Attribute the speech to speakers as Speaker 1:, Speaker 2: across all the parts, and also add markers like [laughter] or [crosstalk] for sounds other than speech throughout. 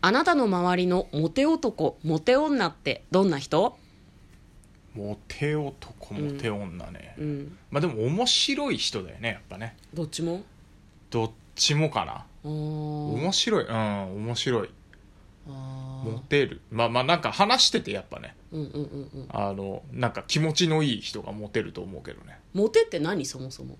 Speaker 1: あなたの周りのモテ男モテ女ってどんな人
Speaker 2: モテ男モテ女ね、
Speaker 1: うん
Speaker 2: まあでも面白い人だよねやっぱね
Speaker 1: どっちも
Speaker 2: どっちもかな
Speaker 1: あー
Speaker 2: 面白いうん面白い
Speaker 1: あ
Speaker 2: モテるまあまあなんか話しててやっぱね
Speaker 1: ーうんうんうんうん
Speaker 2: あのなんか気持ちのいい人がモテると思うけどね
Speaker 1: モテって何そもそも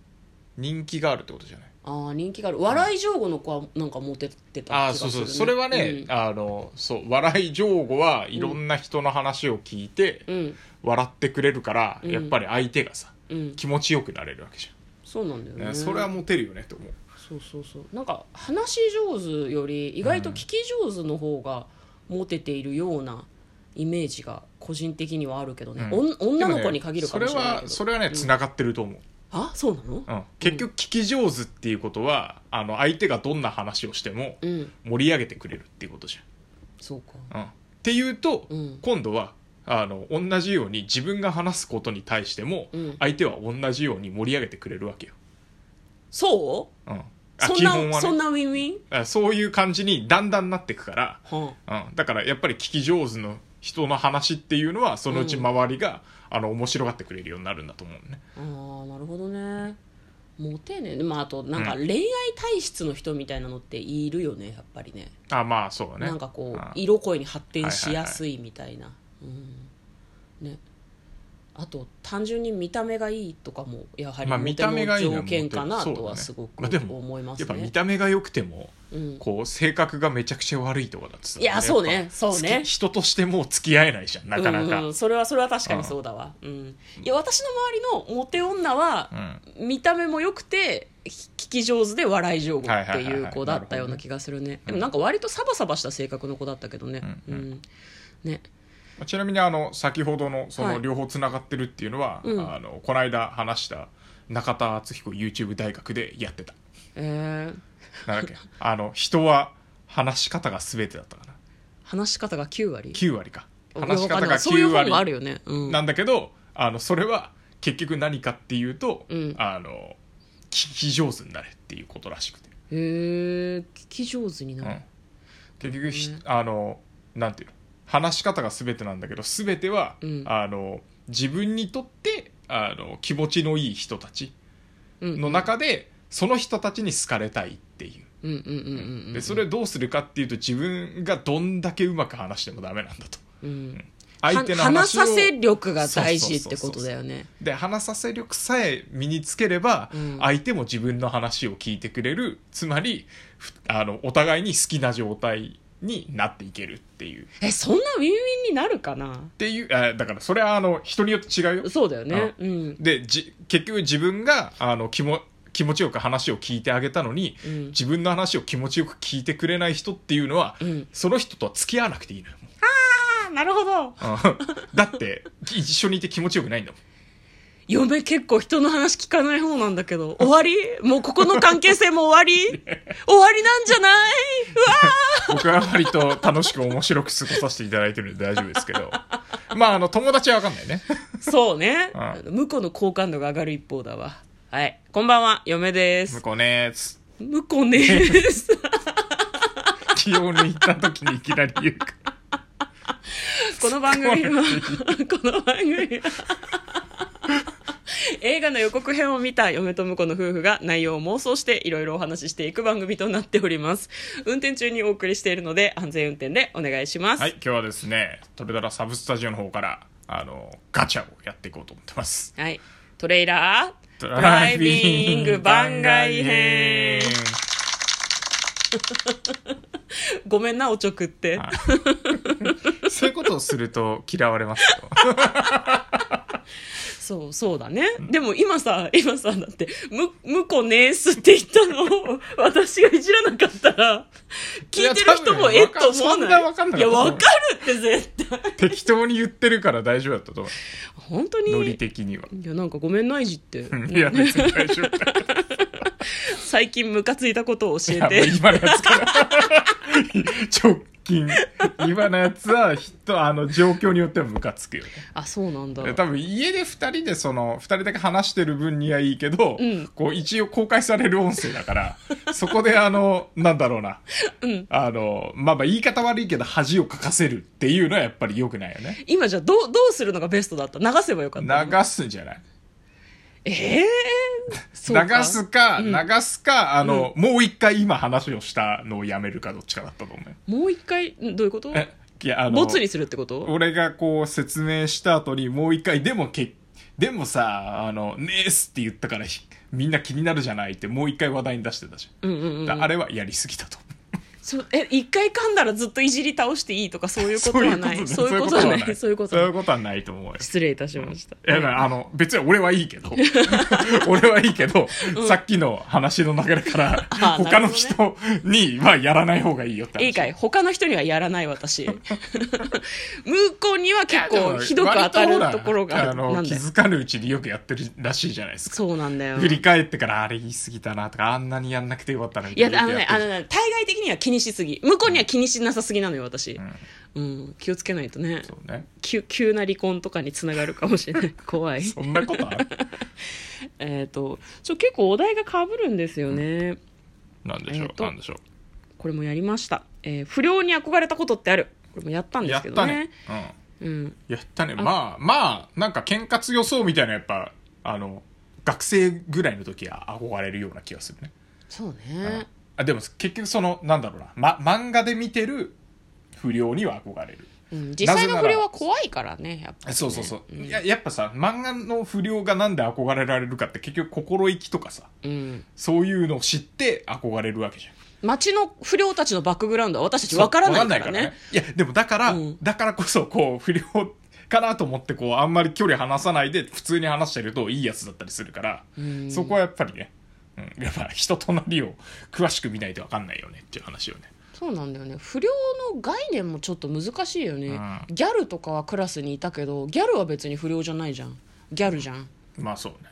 Speaker 2: 人気があるってことじゃない
Speaker 1: ああ人気がある笑い上手の子はなんかモテてた気
Speaker 2: あ
Speaker 1: が
Speaker 2: あ
Speaker 1: す
Speaker 2: そ
Speaker 1: る、
Speaker 2: う
Speaker 1: ね、
Speaker 2: そうそれはね、あのそう笑い上手はいろんな人の話を聞いて、
Speaker 1: うん、うん
Speaker 2: 笑ってくれるから、
Speaker 1: うん
Speaker 2: やっぱり相手がさ
Speaker 1: うん
Speaker 2: 気持ちよくなれるわけじ
Speaker 1: そうなんだよ
Speaker 2: ゃん、ね
Speaker 1: ね
Speaker 2: それはモテるよねと思う
Speaker 1: そうそうそうなんか話し上手より意外と聞き上手の方がモテているようなイメージが個人的にはあるけどね、
Speaker 2: うん
Speaker 1: おん女の子に限るかもしれない
Speaker 2: で
Speaker 1: け
Speaker 2: ね
Speaker 1: ど
Speaker 2: それはそれはね
Speaker 1: うん
Speaker 2: つながってると思う、
Speaker 1: あそうなの
Speaker 2: うん結局聞き上手っていうことはあの相手がどんな話をしても
Speaker 1: うん、
Speaker 2: 盛り上げてくれるっていうことじ
Speaker 1: そうか
Speaker 2: ゃん、うん、っていうと、
Speaker 1: うん
Speaker 2: 今度はあの同じように自分が話すことに対しても、
Speaker 1: うん
Speaker 2: 相手は同じように盛り上げてくれるわけよ、
Speaker 1: そ
Speaker 2: うん、あ
Speaker 1: うそん
Speaker 2: 基
Speaker 1: な、
Speaker 2: 本はね
Speaker 1: そんなウィンウィン
Speaker 2: あそういう感じにだんだんなっていくか
Speaker 1: は
Speaker 2: ら、うん、だからやっぱり聞き上手の人の話っていうのはそのうち周りが、あの面白がってくれるようになるんだと思うね
Speaker 1: ああーなるほどねモテねでもあとなんか恋愛体質の人みたいなのっているよねやっぱりね
Speaker 2: あまあそうだね
Speaker 1: なんかこう
Speaker 2: あ
Speaker 1: 色恋に発展しやすいみたいな、うんねあと単純に見た目がいいとかもやはり
Speaker 2: まあ見た目がいいのは
Speaker 1: 条件かな
Speaker 2: モテる
Speaker 1: とはす
Speaker 2: そう
Speaker 1: ごく
Speaker 2: だねまあでも
Speaker 1: 思います
Speaker 2: やっぱ見
Speaker 1: ね
Speaker 2: た目が良くても
Speaker 1: うん
Speaker 2: こう性格がめちゃくちゃ悪いとかだって
Speaker 1: いやそうねそうね
Speaker 2: 人としてもう付き合えないじゃんなかなか、
Speaker 1: うんうんそれはそれは確かにそうだわ、うん、いや私の周りのモテ女は
Speaker 2: うん
Speaker 1: 見た目も良くて聞き上手で笑い上手って
Speaker 2: はいはいいうはい
Speaker 1: 子だったような気がするね
Speaker 2: なるほ
Speaker 1: で
Speaker 2: どね
Speaker 1: もなんか割とサバサバした性格の子だったけどね
Speaker 2: うんう
Speaker 1: うん、ね
Speaker 2: ちなみにあの先ほどのそ
Speaker 1: は
Speaker 2: の
Speaker 1: い
Speaker 2: 両方つながってるっていうのは、
Speaker 1: うん
Speaker 2: あのこの間話した中田敦彦 YouTube 大学でやってた
Speaker 1: えー
Speaker 2: なんだっけ [laughs] あの人は話し方が全てだったかな
Speaker 1: 話し方が9割
Speaker 2: 9割か
Speaker 1: わ
Speaker 2: 話し
Speaker 1: か
Speaker 2: 方
Speaker 1: んな
Speaker 2: が
Speaker 1: いそういう
Speaker 2: 9
Speaker 1: 本もあ
Speaker 2: 割
Speaker 1: るよね、うん、
Speaker 2: なんだけどあのそれは結局何かっていうと、
Speaker 1: うん
Speaker 2: あの聞き上手になれっていうことらしくて、
Speaker 1: へえ聞き上手にな
Speaker 2: う
Speaker 1: る、
Speaker 2: ん結局ひ、あのなんていうの話し方が全てなんだけど全ては、
Speaker 1: うん
Speaker 2: あの自分にとってあの気持ちのいい人たち
Speaker 1: うん、
Speaker 2: の中で、その人たちに好かれたいっていう
Speaker 1: うんうんうんうんうん
Speaker 2: でそれをどうするかっていうと自分がどんだけうまく話してもダメなんだと
Speaker 1: うん
Speaker 2: 相手の
Speaker 1: は話
Speaker 2: 話を
Speaker 1: させ力が大事ってことだよね
Speaker 2: で話させ力さえ身につければ、
Speaker 1: うん
Speaker 2: 相手も自分の話を聞いてくれるつまりふあのお互いに好きな状態になっていけるっていうっ
Speaker 1: えそんなウィンウィンになるかな
Speaker 2: ていうあだからそれはあの人によって違うよ
Speaker 1: そうだよねうん
Speaker 2: でじ結局自分があの気も気持ちよく話を聞いてあげたのに、
Speaker 1: うん
Speaker 2: 自分の話を気持ちよく聞いてくれない人っていうのは、
Speaker 1: うん
Speaker 2: その人とは付き合わなくていいのよもう
Speaker 1: あなるほど
Speaker 2: うんだって一緒にいて気持ちよくないんだもん
Speaker 1: 嫁結構人の話聞かない方なんだけど終わりもうここの関係性も終わり終わりなんじゃないうわ
Speaker 2: 僕は割と楽しく面白く過ごさせていただいてるんで大丈夫ですけど。まあ、あの、友達はわかんないね。
Speaker 1: そうね
Speaker 2: う
Speaker 1: 向こうの好感度が上がる一方だわはいこんばんは嫁です
Speaker 2: 向こうねーつ。
Speaker 1: 向こうねー
Speaker 2: [laughs]
Speaker 1: す
Speaker 2: 気を抜いた時にいきなり言うか。
Speaker 1: この番組はこの番組は映画の予告編を見た嫁と婿の夫婦が内容を妄想していろいろお話ししていく番組となっております運転中にお送りしているので安全運転でお願いします
Speaker 2: はい、今日はですね、トレダラサブスタジオの方から、あの、ガチャをやっていこうと思ってます。
Speaker 1: はい、トレーラードライビング番外編ごめんなおちょくって、
Speaker 2: はいそういうことをすると嫌われます
Speaker 1: [laughs]
Speaker 2: よ。
Speaker 1: そうそうだね、でも今さ今さだって「むむこねーす」って言ったの [laughs] を私がいじらなかったら聞いてる人も
Speaker 2: いや
Speaker 1: えっ
Speaker 2: 多分
Speaker 1: と思わない
Speaker 2: わかんそんなわかんなかった
Speaker 1: いやわかるって絶対
Speaker 2: 適当に言ってるから大丈夫だったと思
Speaker 1: 本当
Speaker 2: う。ノ
Speaker 1: に
Speaker 2: リ
Speaker 1: い
Speaker 2: 的には。
Speaker 1: やなんかごめんないじって
Speaker 2: [laughs] いや、別に大
Speaker 1: [laughs]
Speaker 2: 丈夫だよ
Speaker 1: 最近ムカついたことを教
Speaker 2: い
Speaker 1: え
Speaker 2: やもう
Speaker 1: て
Speaker 2: [laughs] 今のやつからちょ近今のやつは人あの状況によってはムカつくよね
Speaker 1: あそうなんだ
Speaker 2: で多分家で2人でその2人だけ話してる分にはいいけど、
Speaker 1: うん
Speaker 2: こう一応公開される音声だから
Speaker 1: [laughs]
Speaker 2: そこであのなんだろうな、
Speaker 1: ん
Speaker 2: あのまあまあ言い方悪いけど恥をかかせるっていうのはやっぱり良くないよね
Speaker 1: 今じゃあどうどうするのがベストだった流せばよかっ
Speaker 2: 流
Speaker 1: たの
Speaker 2: すんじゃない
Speaker 1: ええそうか
Speaker 2: 流すか、流すかあの、もう一回今話をしたのをやめるかどっちかだったと思うよ
Speaker 1: もう一回んどういうこと
Speaker 2: えいやあの
Speaker 1: ボツにするってこと
Speaker 2: 俺がこう説明した後にもう一回でもけでもさあの「ねえっす」って言ったからひみんな気になるじゃないってもう一回話題に出してたじ
Speaker 1: うんうんう
Speaker 2: ゃん、
Speaker 1: ん
Speaker 2: だあれはやりすぎだと
Speaker 1: そうえ一回噛んだらずっといじり倒していいとかそういうこと
Speaker 2: そうい
Speaker 1: は
Speaker 2: うこ
Speaker 1: ない
Speaker 2: と
Speaker 1: そういうことはないそういうこと
Speaker 2: そう
Speaker 1: は
Speaker 2: いう
Speaker 1: ない
Speaker 2: ことはないと思うよ
Speaker 1: 失礼いたしました
Speaker 2: いやまああの別に俺はいい
Speaker 1: [laughs]
Speaker 2: けど俺はいいけど、さっきの話の流れから
Speaker 1: あー
Speaker 2: 他の人にはやらない方がいいよって話
Speaker 1: いいかい他の人にはやらない
Speaker 2: [laughs]
Speaker 1: 私向こうには結構ひどく当たるところがあ
Speaker 2: あ
Speaker 1: る
Speaker 2: の
Speaker 1: なん
Speaker 2: 気
Speaker 1: だよ
Speaker 2: づかぬうちによくやってるらしいじゃないですか
Speaker 1: そうなんだよ
Speaker 2: 振り返ってからあれ言い過ぎたなとかあんなにやんなくてよかったのに
Speaker 1: いやあの
Speaker 2: って
Speaker 1: ね
Speaker 2: や
Speaker 1: あ
Speaker 2: って
Speaker 1: の
Speaker 2: る
Speaker 1: ね対外的には気にしすぎ向こうには気にしなさすぎなのよ私、うん気をつけないとね
Speaker 2: そうね
Speaker 1: 急急な離婚とかにつながるかもしれない怖い
Speaker 2: そんなことある
Speaker 1: えっとちょ結構お題がかぶるんですよね、
Speaker 2: なんでしょう、
Speaker 1: えーと
Speaker 2: なんでしょ
Speaker 1: これもやりました、えー不良に憧れたことってあるこれもやったん
Speaker 2: う
Speaker 1: で
Speaker 2: や
Speaker 1: す
Speaker 2: っ
Speaker 1: けど
Speaker 2: た
Speaker 1: ね
Speaker 2: ねうん
Speaker 1: うん、
Speaker 2: やったねまあまあなんか喧嘩強そうみたいなやっぱあの学生ぐらいの時は憧れるような気がするね、
Speaker 1: そう
Speaker 2: うん
Speaker 1: ね、
Speaker 2: あでも結局そのなんだろうな、ま、漫画で見てる不良には憧れる
Speaker 1: うん、実際の不
Speaker 2: なぜ
Speaker 1: 良
Speaker 2: なら
Speaker 1: は怖いからねやっぱりね
Speaker 2: そうそうそう、いややっぱさ漫画の不良がなんで憧れられるかって結局心意気とかさ
Speaker 1: うん、
Speaker 2: そういうのを知って憧れるわけじゃん
Speaker 1: 町の不良たちのバックグラウンドは私たちわからないからね
Speaker 2: いやでもだから、
Speaker 1: うん
Speaker 2: だからこそこう不良かなと思ってこうあんまり距離離さないで普通に話してるといいやつだったりするから、
Speaker 1: ん
Speaker 2: そこはやっぱりね、うん、やっぱ人となりを詳しく見ないと分かんないよねっていう話をね
Speaker 1: そうなんだよね不良の概念もちょっと難しいよね、
Speaker 2: う
Speaker 1: ギャルとかはクラスにいたけどギャルは別に不良じゃないじゃんギャルじゃん
Speaker 2: まあそうね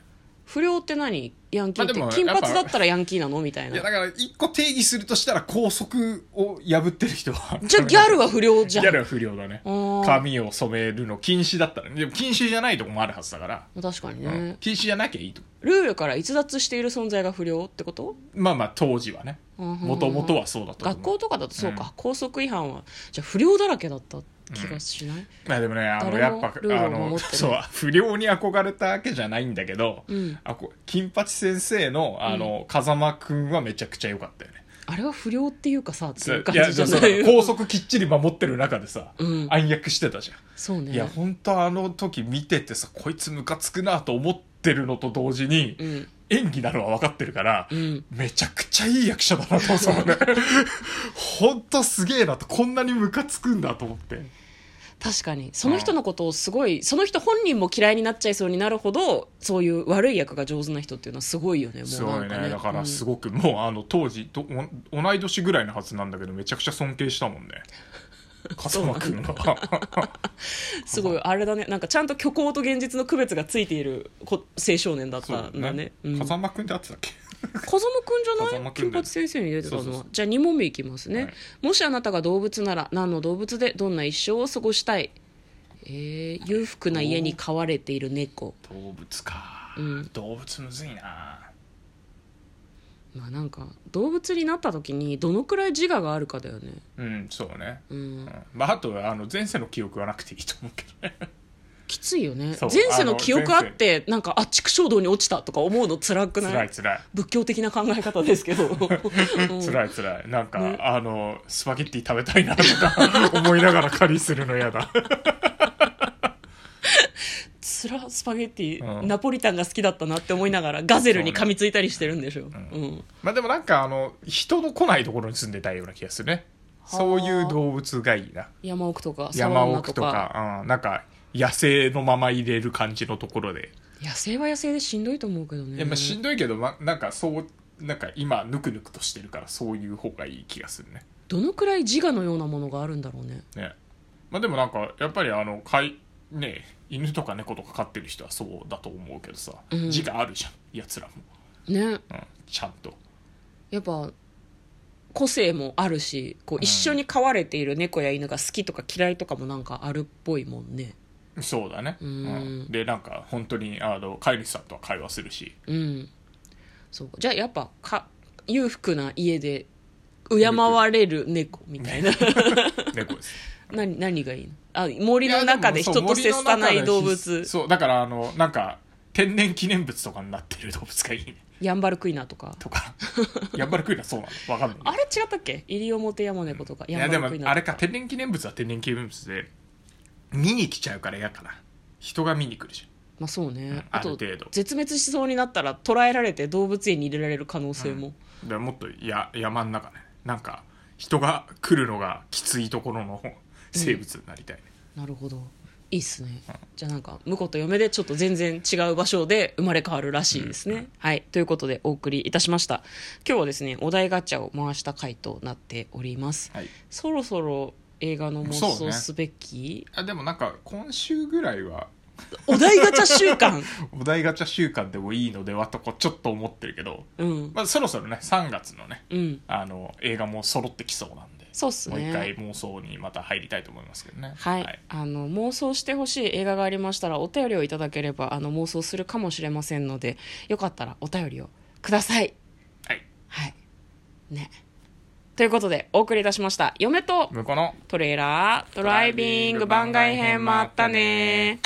Speaker 1: 不良って何ヤンキーって、
Speaker 2: まあでも
Speaker 1: 金
Speaker 2: やっぱ
Speaker 1: 髪だったらヤンキーなのみたい
Speaker 2: い
Speaker 1: な
Speaker 2: やだから一個定義するとしたら校則を破ってる人は
Speaker 1: じゃあギャルは不良じ
Speaker 2: ギ
Speaker 1: ゃん
Speaker 2: ャルは不良だね
Speaker 1: うん
Speaker 2: 髪を染めるの禁止だったらねでも禁止じゃないとこもあるはずだから、
Speaker 1: 確かにね、
Speaker 2: うん禁止じゃなきゃいいと
Speaker 1: ルールから逸脱している存在が不良ってこと
Speaker 2: まあまあ当時はね
Speaker 1: うん
Speaker 2: もともとはそうだと思う
Speaker 1: 学校とかだとそうか、校則違反はじゃあ不良だらけだった気がしない、
Speaker 2: まあでもね、あの、
Speaker 1: 誰
Speaker 2: や
Speaker 1: も
Speaker 2: っぱ、
Speaker 1: ルー
Speaker 2: あ
Speaker 1: ルを
Speaker 2: の、
Speaker 1: 守ってない
Speaker 2: そう、不良に憧れたわけじゃないんだけど、
Speaker 1: うん
Speaker 2: あこ金八先生の、あの、風間くんはめちゃくちゃ良かったよね。
Speaker 1: あれは不良っていうかさっていう
Speaker 2: いや、
Speaker 1: 感じじ
Speaker 2: そ
Speaker 1: ゃ
Speaker 2: う
Speaker 1: な
Speaker 2: だ
Speaker 1: い
Speaker 2: 高速きっちり守ってる中でさ、
Speaker 1: うん
Speaker 2: 暗躍してたじゃん。
Speaker 1: そうね
Speaker 2: いや、ほんとあの時見ててさ、こいつムカつくなと思ってるのと同時に、
Speaker 1: うん
Speaker 2: 演技なのは分かってるから、
Speaker 1: うん
Speaker 2: めちゃくちゃいい役者だなと思ったもんね。
Speaker 1: [laughs]
Speaker 2: ほんとすげえなと、こんなにムカつくんだと思って。
Speaker 1: 確かにその人のことをすごい、その人本人も嫌いになっちゃいそうになるほどそういう悪い役が上手な人っていうのはすごいよねもう
Speaker 2: すご
Speaker 1: ないんか
Speaker 2: ねだからす
Speaker 1: うん
Speaker 2: ごく、もうあの当時とお同い年ぐらいのはずなんだけどめちゃくちゃ尊敬したもん
Speaker 1: [laughs]
Speaker 2: ね風間君は
Speaker 1: すごいあれだねなんかちゃんと虚構と現実の区別がついているこ青少年だっ
Speaker 2: [laughs] そ
Speaker 1: た
Speaker 2: うん
Speaker 1: だねうん風
Speaker 2: 風
Speaker 1: 間
Speaker 2: 間君ってあってたっけ
Speaker 1: くんじゃない
Speaker 2: 風間くんだ
Speaker 1: 金
Speaker 2: よ
Speaker 1: 髪先生に出てたのは
Speaker 2: そうそうそ
Speaker 1: じゃあ2問目いきますね、
Speaker 2: はい
Speaker 1: もしあなたが動物なら何の動物でどんな一生を過ごしたいえー、裕福な家に飼われている猫
Speaker 2: 動物か、
Speaker 1: うん
Speaker 2: 動物むずいな
Speaker 1: まあなんか動物になった時にどのくらい自我があるかだよね
Speaker 2: うんそうね、
Speaker 1: う
Speaker 2: うんんまああとあの前世の記憶はなくていいと思うけどね
Speaker 1: きついよね
Speaker 2: そう
Speaker 1: 前世の記憶あってなんかあっちく衝動に落ちたとか思うの辛くない
Speaker 2: 辛い辛い
Speaker 1: 仏教的な考え方ですけ
Speaker 2: [laughs]
Speaker 1: ど、うん
Speaker 2: 辛い辛いなんか、あのスパゲッティ食べたいな
Speaker 1: [laughs]
Speaker 2: とか思いながら狩りするの嫌だ
Speaker 1: つらスパゲッティ、
Speaker 2: うん
Speaker 1: ナポリタンが好きだったなって思いながらガゼルに噛みついたりしてるんでしょ、うん
Speaker 2: まあでもなんかあの人の来ないところに住んでたいような気がするねそういう動物がいいな
Speaker 1: 山奥とかサ
Speaker 2: 山
Speaker 1: バンナ
Speaker 2: 奥
Speaker 1: とか
Speaker 2: とか、うん、なんか野生のまま入れる感じのところで、
Speaker 1: 野生は野生でしんどいと思うけどね
Speaker 2: いやまあしんどいけど、ま、なんかそうなんか今ぬくぬくとしてるからそういう方がいい気がするね
Speaker 1: どのくらい自我のようなものがあるんだろうね
Speaker 2: ねまあでもなんかやっぱりあの飼いね犬とか猫とか飼ってる人はそうだと思うけどさ、
Speaker 1: うん
Speaker 2: 字があるじゃんやつらも、
Speaker 1: ね
Speaker 2: うん、ちゃんと
Speaker 1: やっぱ個性もあるしこう
Speaker 2: うん
Speaker 1: 一緒に飼われている猫や犬が好きとか嫌いとかもなんかあるっぽいもんね
Speaker 2: そうだね、
Speaker 1: うん
Speaker 2: でなんか本当にあの飼い主さんとは会話するし
Speaker 1: うんそうかじゃあやっぱか裕福な家で敬われる猫みたいな
Speaker 2: [laughs] 猫です
Speaker 1: 何何がいいのあ森の中で
Speaker 2: いや
Speaker 1: 人
Speaker 2: も
Speaker 1: と
Speaker 2: そう
Speaker 1: 接さな
Speaker 2: 森の中
Speaker 1: い
Speaker 2: で
Speaker 1: 動物
Speaker 2: そうだからあのなんか天然記念物とかになってる動物がいいね
Speaker 1: ヤンバルクイナとか [laughs]
Speaker 2: とかやっぱりクイナそうなのわかんない
Speaker 1: あれ違ったっけ西表山猫とか
Speaker 2: い
Speaker 1: ヤ
Speaker 2: や
Speaker 1: ン
Speaker 2: で
Speaker 1: バ
Speaker 2: も
Speaker 1: ルクイナと
Speaker 2: あれか天然記念物は天然記念物で見に来ちゃうから嫌かな人が見に来るじ
Speaker 1: まあそうね、
Speaker 2: ん
Speaker 1: あと
Speaker 2: ある程度
Speaker 1: 絶滅しそうになったら捕らえられて動物園に入れられる可能性も、
Speaker 2: ゃんでもっとや山の中ねなんか人が来るのがきついところの生物になりたいね、
Speaker 1: なるほどいいっすねじゃあなんか婿と嫁でちょっと全然違う場所で生まれ変わるらしいですね、はいということでお送りいたしました今日はですねお題ガチャを回した回となっております
Speaker 2: はい
Speaker 1: そろそろ映画の妄
Speaker 2: そう
Speaker 1: 想
Speaker 2: ね
Speaker 1: すべき、
Speaker 2: あでもなんか今週ぐらいは
Speaker 1: お題ガチャ週間 [laughs]
Speaker 2: お題ガチャ週間でもいいのではとこちょっと思ってるけど、
Speaker 1: うん
Speaker 2: まあ、そろそろね3月のね
Speaker 1: うん
Speaker 2: あの映画も揃ってきそうなんで
Speaker 1: そうっすね
Speaker 2: もう一回妄想にまた入りたいと思いますけどね
Speaker 1: はい、あの妄想してほしい映画がありましたらお便りをいただければあの妄想するかもしれませんのでよかったらお便りをください
Speaker 2: はい、
Speaker 1: はいねということでお送りいたしました嫁と
Speaker 2: 向こうの
Speaker 1: トレーラードライビング番外編もあったね